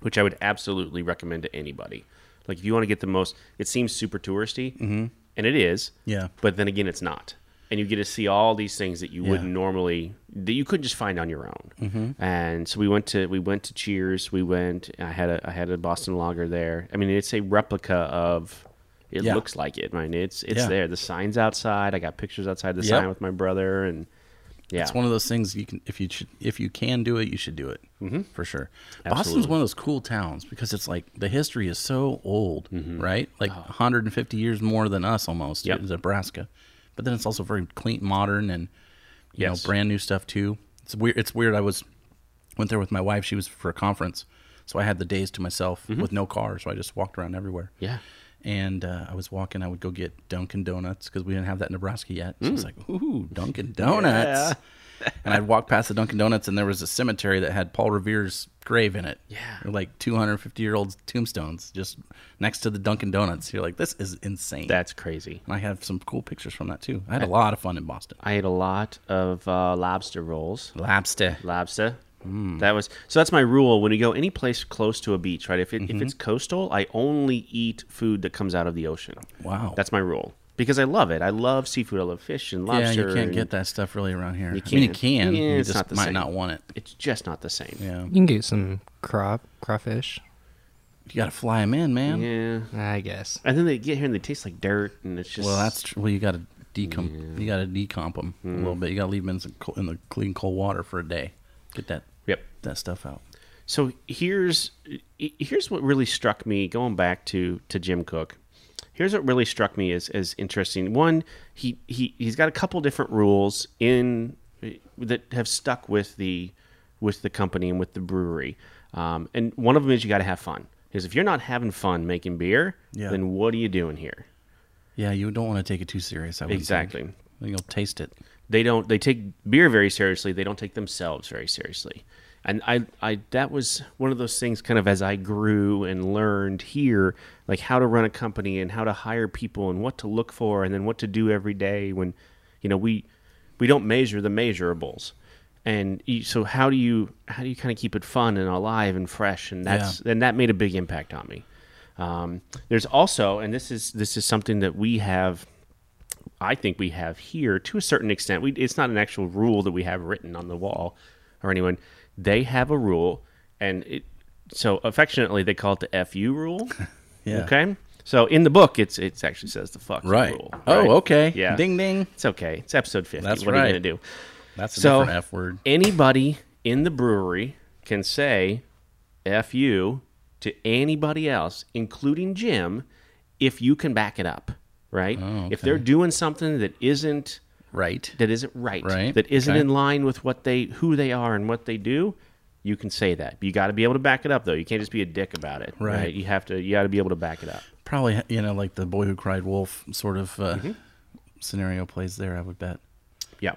which I would absolutely recommend to anybody. Like if you want to get the most, it seems super touristy, mm-hmm. and it is. Yeah. But then again, it's not, and you get to see all these things that you wouldn't normally that you couldn't just find on your own. Mm-hmm. And so we went to we went to Cheers. We went. I had a I had a Boston Lager there. I mean, it's a replica of. It Yeah. looks like it. I mean, it's it's Yeah. there. The sign's outside. I got pictures outside the Yep. sign with my brother, and yeah, It's one of those things you can if you should, if you can do it, you should do it for sure. Boston's Mm-hmm. Absolutely. one of those cool towns because it's like the history is so old, right? Like 150 years more than us almost Mm-hmm. Oh. Yep. in Nebraska, but then it's also very clean, modern, and you Yes. know brand new stuff too. It's weird. It's weird. I was went there with my wife. She was for a conference, so I had the days to myself with no car. So I just walked around everywhere. Mm-hmm. Yeah. And uh, I was walking. I would go get Dunkin' Donuts because we didn't have that in Nebraska yet. So Hmm. it's like, ooh, Dunkin' Donuts. *laughs* and I'd walk past the Dunkin' Donuts, and there was a cemetery that had Paul Revere's grave in it. Yeah. like 250 year old tombstones just next to the Dunkin' Donuts. You're like, this is insane. that's crazy. and I have some cool pictures from that too. I had a lot of fun in Boston. I ate a lot of uh, lobster rolls. Lobster. Lobster. Hmm. That was so. That's my rule when you go any place close to a beach, right? If it, Mm-hmm. if it's coastal, I only eat food that comes out of the ocean. Wow. That's my rule because I love it. I love seafood. I love fish and yeah, lobster. you can't and get that stuff really around here. You I mean, you can. can. Yeah, you it's just not the might same. not want it. It's just not the same. Yeah, You can get some craw crawfish, you got to fly them in, man. Yeah. I guess. And then they get here and they taste like dirt, and it's just Well, that's tr- well. You got to decomp. You got to decomp them a Hmm. little bit. You got to leave them in, some co- in the clean cold water for a day. Get that yep. that stuff out. So here's here's what really struck me going back to to Jim Cook. Here's what really struck me as as interesting. One, he he he's got a couple different rules in that have stuck with the with the company and with the brewery. Um, and one of them is you got to have fun. Because if you're not having fun making beer, Yeah. then what are you doing here? Yeah, you don't want to take it too serious. I wouldn't think. Exactly. Then You'll taste it. they don't they take beer very seriously they don't take themselves very seriously and i i that was one of those things kind of as i grew and learned here like how to run a company and how to hire people and what to look for and then what to do every day when you know we we don't measure the measurables and you, so how do you how do you kind of keep it fun and alive and fresh and that's and that made a big impact on me um, there's also and this is this is something that we have I think we have here to a certain extent. We, it's not an actual rule that we have written on the wall or anyone. They have a rule, and it, so affectionately they call it the "fu" rule. *laughs* Yeah. Okay. So in the book, it's it actually says the "fuck" Right. rule. right? Oh, okay. Yeah. Ding ding. It's okay. It's episode fifty. That's what are right. you gonna do? That's a So- different F word. Anybody in the brewery can say "f you" to anybody else, including Jim, if you can back it up. Right. Oh, If they're doing something that isn't Right. that isn't right, Right, that isn't okay. in line with what they who they are and what they do, you can say that. You got to be able to back it up though. You can't just be a dick about it. Right. You have to you got to be able to back it up. Probably you know like the boy who cried wolf sort of uh, Mm-hmm. scenario plays there. I would bet. Yeah.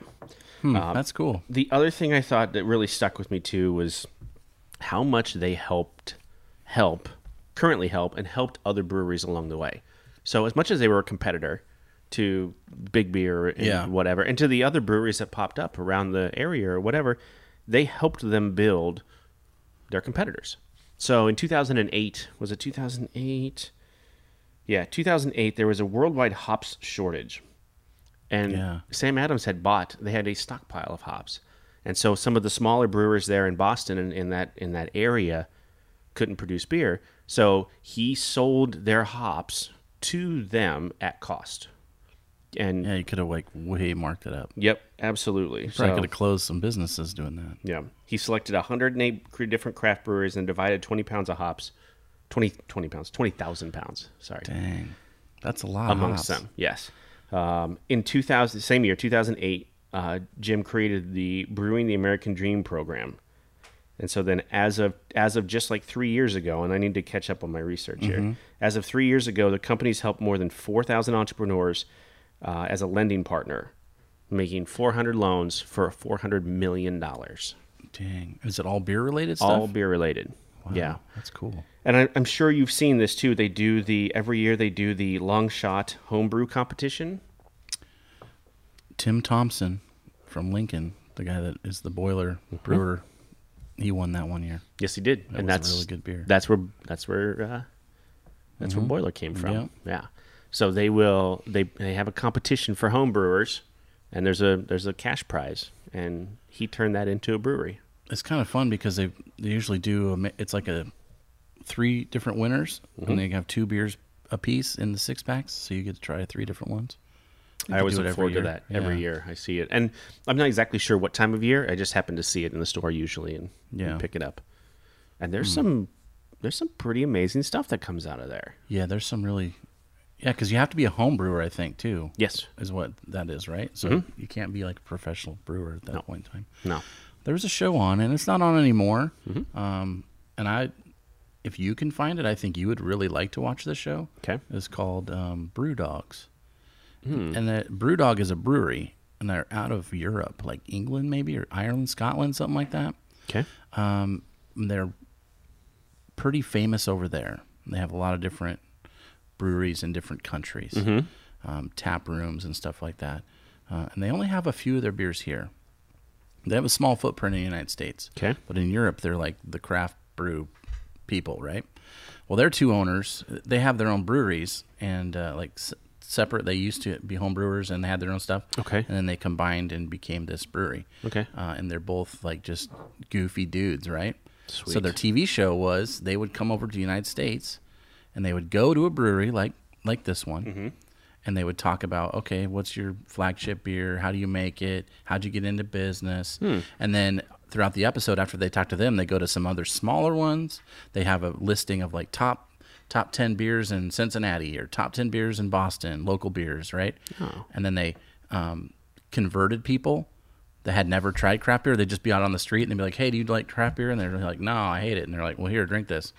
Hmm, Um, that's cool. The other thing I thought that really stuck with me too was how much they helped help currently help and helped other breweries along the way. So as much as they were a competitor, to Big Beer and Yeah. whatever, and to the other breweries that popped up around the area or whatever, they helped them build their competitors. So in 2008, was it 2008? Yeah, 2008, there was a worldwide hops shortage. And Yeah. Sam Adams had bought, they had a stockpile of hops. And so some of the smaller brewers there in Boston and in that in that area couldn't produce beer. So he sold their hops to them at cost. And Yeah, you could have like way marked it up. yep, absolutely. Probably So- could have closed some businesses doing that. yeah. He selected 108 cr- different craft breweries and divided 20 pounds of hops, 20, 20 pounds, 20,000 pounds, sorry, Dang, that's a lot. of amongst hops. them. Yes. Um, in 2000, same year, 2008, uh, Jim created the Brewing the American Dream program. And so then as of as of just like 3 years ago and I need to catch up on my research here. As of 3 years ago, the company's helped more than 4,000 entrepreneurs uh, as a lending partner, making 400 loans for 400 million dollars. Dang, is it all beer related stuff? all beer related. Yeah, that's cool. and I, I'm sure you've seen this too. They do the every year they do the long shot homebrew competition. Tim Thompson from Lincoln, the guy that is the boiler Mm-hmm. brewer, he won that one year. Yes, he did, That and was a that's really good beer. Mm-hmm. That's where that's where uh, that's where Boiler came from. Yeah. Yeah, so they will they they have a competition for home brewers, and there's a there's a cash prize, and he turned that into a brewery. It's kind of fun because they they usually do a, mi- it's like a three different winners Mm-hmm. and they have two beers a piece in the six packs, so you get to try three different ones. I always do it look every forward to year. that every Yeah. year. I see it, and I'm not exactly sure what time of year. I just happen to see it in the store usually, and, and Yeah. Hmm. pick it up. And there's some there's some pretty amazing stuff that comes out of there. Yeah, there's some really yeah, because you have to be a home brewer, I think, too. Yes. is what that is, right? So you can't be like a professional brewer at that point in time. Mm-hmm. No. There was a show on, and it's not on anymore. Um, and I, if you can find it, I think you would really like to watch this show. Okay. It's called um, Brew Dogs, and the Brew Dog is a brewery, and they're out of Europe, like England maybe or Ireland, Scotland, something like that. Okay. Um, they're pretty famous over there. They have a lot of different breweries in different countries, Mm-hmm. um, tap rooms and stuff like that. Uh, and they only have a few of their beers here. They have a small footprint in the United States. Okay. But in Europe, they're like the craft brew people, right? Well, they're two owners. They have their own breweries and uh, like s- separate. They used to be home brewers and they had their own stuff. Okay. And then they combined and became this brewery. Okay. Uh, and they're both like just goofy dudes, right? So Sweet. their TV show was they would come over to the United States and they would go to a brewery like like this one. And they would talk about, okay, what's your flagship beer? How do you make it? How'd you get into business? And then throughout the episode, after they talk to them, they go to some other smaller ones. They have a listing of like top top 10 beers in Cincinnati or top 10 beers in Boston, local beers, right? And then they um, converted people that had never tried craft beer. They'd just be out on the street and they'd be like, hey, do you like craft beer? And they're like, no, I hate it. And they're like, well, here, drink this.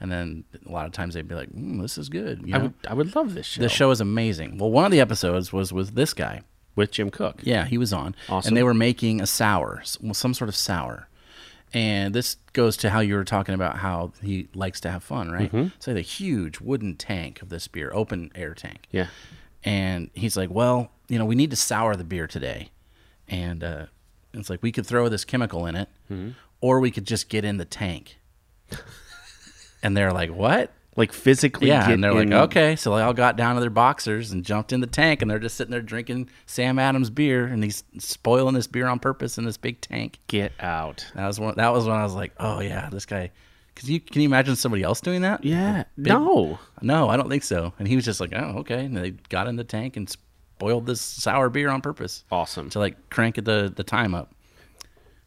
And then a lot of times they'd be like, mm, this is good. You know? I would I would love this show the show is amazing. Well, one of the episodes was with this guy. with Jim Cook. Yeah, he was on. Awesome. And they were making a sour, s- well, some sort of sour. And this goes to how you were talking about how he likes to have fun, right? Mm-hmm. So the huge wooden tank of this beer, open air tank. Yeah. And he's like, well, you know, we need to sour the beer today. And uh, it's like, we could throw this chemical in it, Hmm? or we could just get in the tank. *laughs* and they're like, what? Like physically. Yeah, get and they're in- like, okay. So they all got down to their boxers and jumped in the tank, and they're just sitting there drinking Sam Adams beer, and he's spoiling this beer on purpose in this big tank. get out. That was one. That was when I was like, oh yeah, this guy. Cause you can you imagine somebody else doing that? Yeah. no. No, I don't think so. And he was just like, oh okay. And they got in the tank and spoiled this sour beer on purpose Awesome. to like crank the the time up.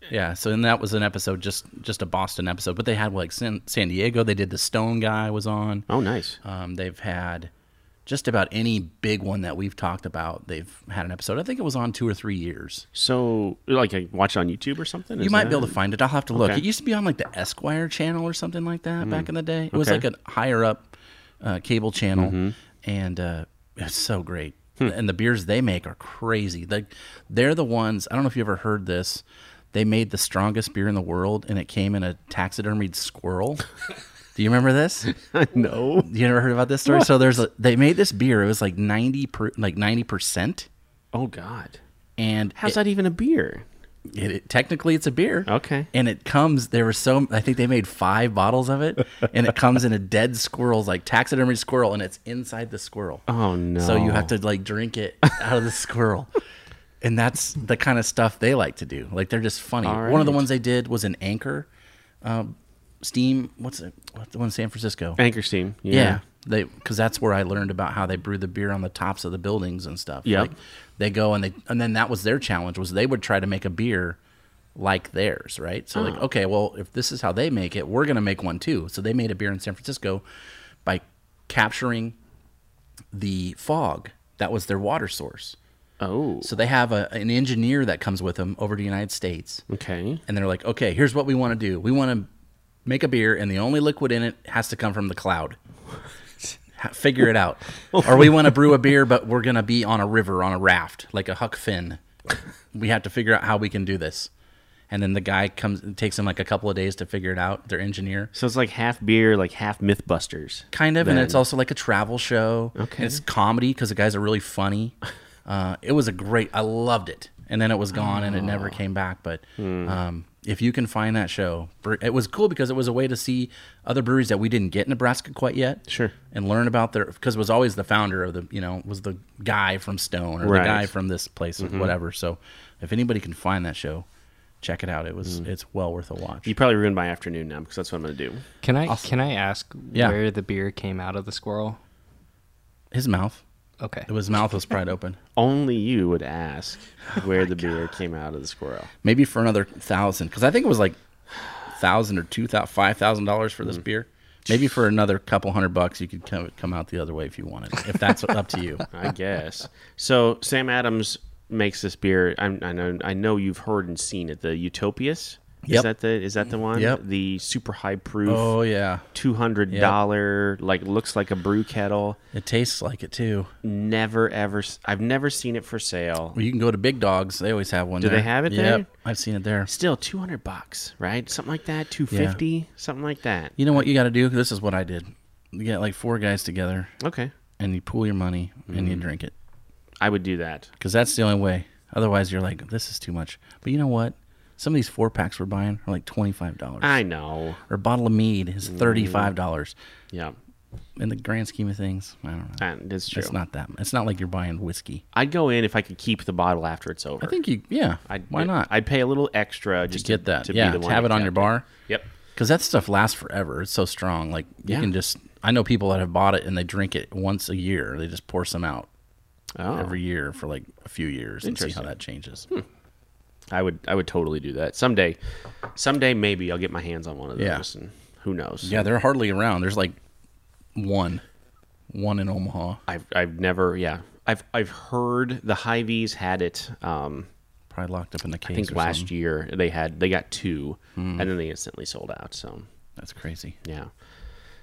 Yeah, so and that was an episode just just a Boston episode, but they had like San, San Diego. They did the Stone guy was on. Oh, nice. Um, they've had just about any big one that we've talked about. They've had an episode. I think it was on two or three years. So, like, I watch it on YouTube or something. You Is might that- be able to find it. I'll have to look. Okay. Mm-hmm. It used to be on like the Esquire channel or something like that back in the day. It was Okay. Mm-hmm. like a higher up uh, cable channel, and uh, it's so great. Hmm. And the beers they make are crazy. Like they're the ones. I don't know if you ever heard this. *laughs* They made the strongest beer in the world, and it came in a taxidermied squirrel. Do you remember this? no. You ever heard about this story? So there's a, they made this beer. It was like ninety per, like ninety percent, Oh God. and How's it, that even a beer? it, it- technically it's a beer. Okay. And it comes. There were so I think they made five bottles of it, and it comes in a dead squirrel's like taxidermy squirrel, and it's inside the squirrel. Oh no. So you have to like drink it out of *laughs* the squirrel. And that's the kind of stuff they like to do. Like they're just funny. All One of the right. ones they did was an anchor, um, steam. What's it? What's the one in San Francisco? anchor steam. Yeah. Yeah. They because that's where I learned about how they brew the beer on the tops of the buildings and stuff. Yep. they go and they and then that was their challenge was they would try to make a beer like theirs, right? So like, okay, well, if this is how they make it, we're gonna make one too. So they made a beer in San Francisco by capturing the fog. That was their water source. Oh. So they have a, an engineer that comes with them over to the United States Okay. and they're like, okay, here's what we want to do. We want to make a beer, and the only liquid in it has to come from the cloud. Ha- Figure it out. or we want to brew a beer, but we're going to be on a river, on a raft, like a Huck Finn. we have to figure out how we can do this. And then the guy comes, it takes him like a couple of days to figure it out, their engineer. So it's like half beer, like half MythBusters. Kind of. And Then- it's also like a travel show. Okay. it's comedy because the guys are *laughs* really funny. Uh, it was a great, I loved it. And then it was gone and it Oh. never came back. But Hmm. um, if you can find that show, br- it was cool because it was a way to see other breweries that we didn't get in Nebraska quite yet. Sure. And learn about their, because it was always the founder of the, you know, was the guy from Stone or Right. Mm-hmm. the guy from this place or whatever. So if anybody can find that show, check it out. It was, it's well worth a watch. Mm-hmm. You probably ruined my afternoon now because that's what I'm gonna do. Can I can I ask Yeah. where the beer came out of the squirrel? His mouth, Okay. his mouth was pried open. Only you would ask where Oh the beer came out of the squirrel. maybe for another thousand because I think it was like thousand or two thousand, five thousand dollars for Mm. this beer. Maybe for another couple hundred bucks, you could come come out the other way if you wanted. If that's up to *laughs* you, I guess. So Sam Adams makes this beer. I'm, I know. I know you've heard and seen it. The Utopias. Is Yep. that the is that the one? Yep. The super high proof. oh yeah, Two hundred dollar, like looks like a brew kettle. it tastes like it too. Never ever, s- I've never seen it for sale. Well, you can go to Big Dogs; they always have one. Do they have it there? I've seen it there. Still two hundred bucks, right? Something like that, two fifty, something like that. You know what you got to do? This is what I did. You get like four guys together, Okay, and you pool your money and you Mm. drink it I would do that. because that's the only way. Otherwise, you're like, this is too much. But you know what? Some of these four packs we're buying are like twenty five dollars, I know. or a bottle of mead is thirty five dollars. Yeah, in the grand scheme of things, I don't know. and it's true. It's not that. It's not like you're buying whiskey. I'd go in if I could keep the bottle after it's over. I think you. Yeah. I'd, why not? I'd pay a little extra just get to, that. To yeah. be the to one have it to on your tap bar Yep. because that stuff lasts forever. It's so strong. Like Yeah. you can just. I know people that have bought it and they drink it once a year. They just pour some out Oh, every year for like a few years and see how Interesting. Hmm. that changes. I would I would totally do that someday. Someday maybe I'll get my hands on one of those, Yeah. and who knows? Yeah, they're hardly around. There's like one, one in Omaha. I've I've never yeah I've I've heard the high V's had it. Um, Probably locked up in the case. I think last year they had they got two, Hmm. and then they instantly sold out. So That's crazy. yeah,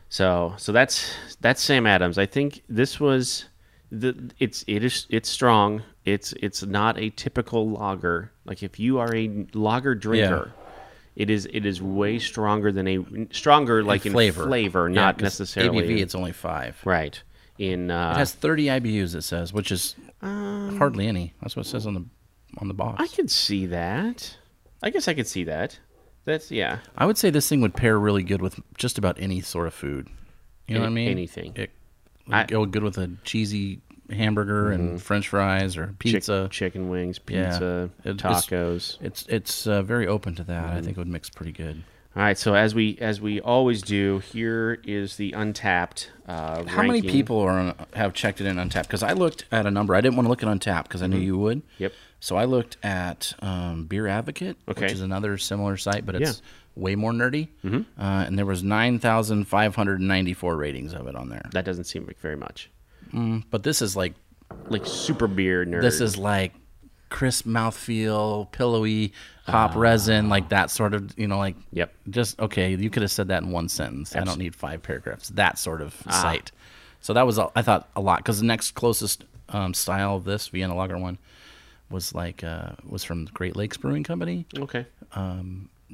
so so that's that's Sam Adams. I think this was the it's it is it's strong. It's it's not a typical lager. Like if you are a lager drinker. It is. It is way stronger than a stronger, like in flavor, flavor. Yeah, not 'cause necessarily ABV. It's only five. Right. In uh, It has 30 IBUs. It says, which is hardly any. That's what it says on the on the box. I could see that. I guess I could see that. That's yeah. I would say this thing would pair really good with just about any sort of food. You know what I Any- mean? anything. It would I- Mm-hmm. go good with a cheesy hamburger and French fries or Chick- pizza. chicken wings, Yeah. pizza, It- it's- tacos. It's it's uh, very open to that. Mm-hmm. I think it would mix pretty good. All right. So as we as we always do, here is the untapped. Uh, How many ranking. people are on, have checked it in Untapped? Because I looked at a number. I didn't want to look at Untapped because I knew you would. Mm-hmm. Yep. So I looked at um, Beer Advocate, Okay. which is another similar site, but it's way more nerdy. Mm-hmm. Uh, and there was nine thousand five hundred ninety four ratings of it on there. That doesn't seem like very much. But this is like Like super beer nerd. this is like crisp mouthfeel, pillowy hop resin, like that sort of you know like Ah. Yep. Just okay. You could have said that in one sentence. I don't need five paragraphs. That sort of Ah. site. So that was a- I thought a lot because the next closest um, style of this Vienna Lager one was like uh, was from Great Lakes Brewing Company okay.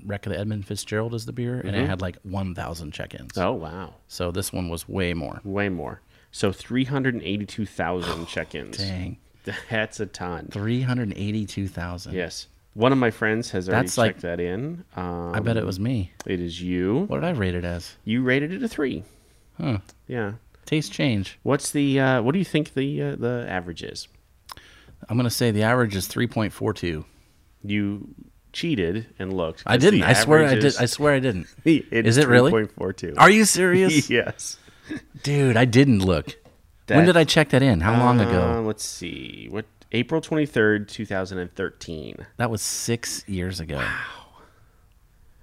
Wreck of the Edmund Fitzgerald as the beer, and it had like 1,000 check ins. Mm-hmm. Oh wow, So this one was way more. way more. So three hundred and eighty-two *sighs* thousand check-ins. Dang. That's a ton. 382,000. Yes. One of my friends has already That's like- checked that in. Um, I bet it was me. it is you. What did I rate it as? You rated it a three. Huh. Yeah. Taste change. What's the? Uh, what do you think the uh, the average is? I'm going to say the average is 3.42. You cheated and looked. I didn't. I swear *laughs* I did. I swear I didn't. Is it really? Point four two. Are *laughs* you serious? yes. Dude, I didn't look. when That- did I check that in? How long Uh, ago? let's see. What? April twenty third, two thousand and thirteen. That was six years ago.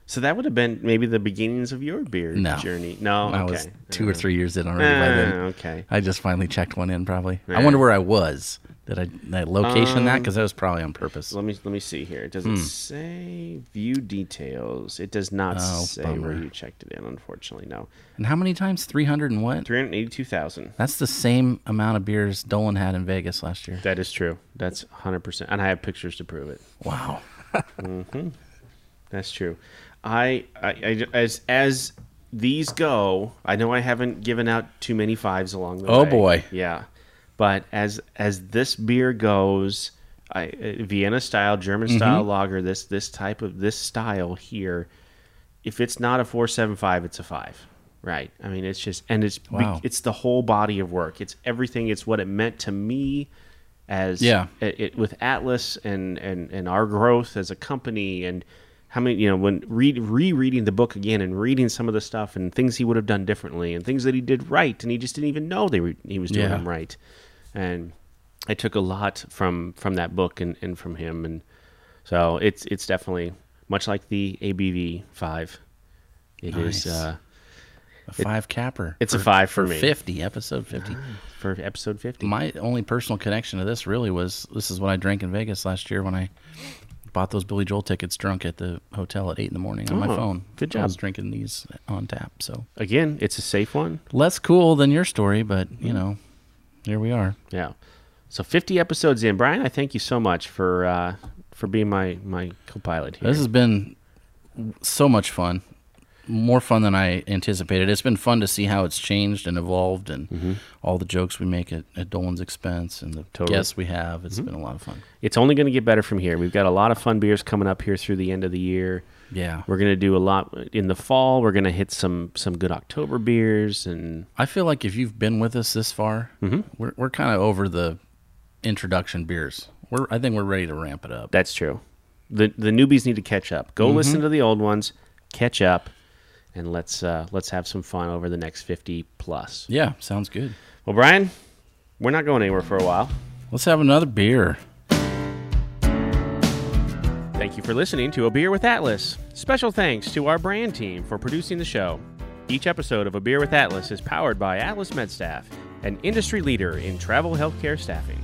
So that would have been maybe the beginnings of your beer No. journey. No, I okay. was two or three years in Ah, already by then. okay. I just finally checked one in, probably. I Yeah. Um, wonder where I was. Did I, did I location that? Because that was probably on purpose. Let me let me see here. It doesn't Hmm. say view details. It does not Oh, say bummer. where you checked it in. Unfortunately, no. And how many times? 300 and what? Three hundred eighty-two thousand. That's the same amount of beers Dolan had in Vegas last year. That is true. That's hundred percent, and I have pictures to prove it. Wow. That's true. I, I, I as as these go, I know I haven't given out too many fives along the Oh, way. boy. yeah. But as as this beer goes, I, uh, Vienna style, German Mm-hmm. style lager, this this type of this style here, if it's not a four seven five, it's a five. Right. I mean, it's just and it's be- Wow. it's the whole body of work. It's everything. It's what it meant to me as Yeah. it, it- with Atlas and, and and our growth as a company and how many you know when read rereading the book again and reading some of the stuff and things he would have done differently and things that he did right and he just didn't even know they were he was doing Yeah. them right and I took a lot from from that book and, and from him and so it's it's definitely much like the ABV five It is Nice. uh, A five capper. it's a five for, for me 50, episode 50. for episode fifty My only personal connection to this really was this is what I drank in Vegas last year when I bought those Billy Joel tickets drunk at the hotel at 8 in the morning on my Oh, phone. good I was job. drinking these on tap. So again it's a safe one less cool than your story, but you know, here we are. Yeah. So 50 episodes in, Brian. I thank you so much for uh, for being my my co-pilot here. This has been so much fun. More fun than I anticipated. It's been fun to see how it's changed and evolved and Mm-hmm. all the jokes we make at, at Dolan's expense and the Totally. Mm-hmm. guests we have. It's been a lot of fun. it's only going to get better from here. We've got a lot of fun beers coming up here through the end of the year. Yeah. We're going to do a lot in the fall. We're going to hit some some good October beers and I feel like if you've been with us this far, we're, we're kind of over the introduction beers. We're, I think we're ready to ramp it up. that's true. The the newbies need to catch up. Go listen to the old ones, catch up, and let's uh, let's have some fun over the next 50 plus. yeah, sounds good. Well, Brian, we're not going anywhere for a while. Let's have another beer. Thank you for listening to A Beer with Atlas. Special thanks to our brand team for producing the show. Each episode of A Beer with Atlas is powered by Atlas MedStaff, an industry leader in travel healthcare staffing.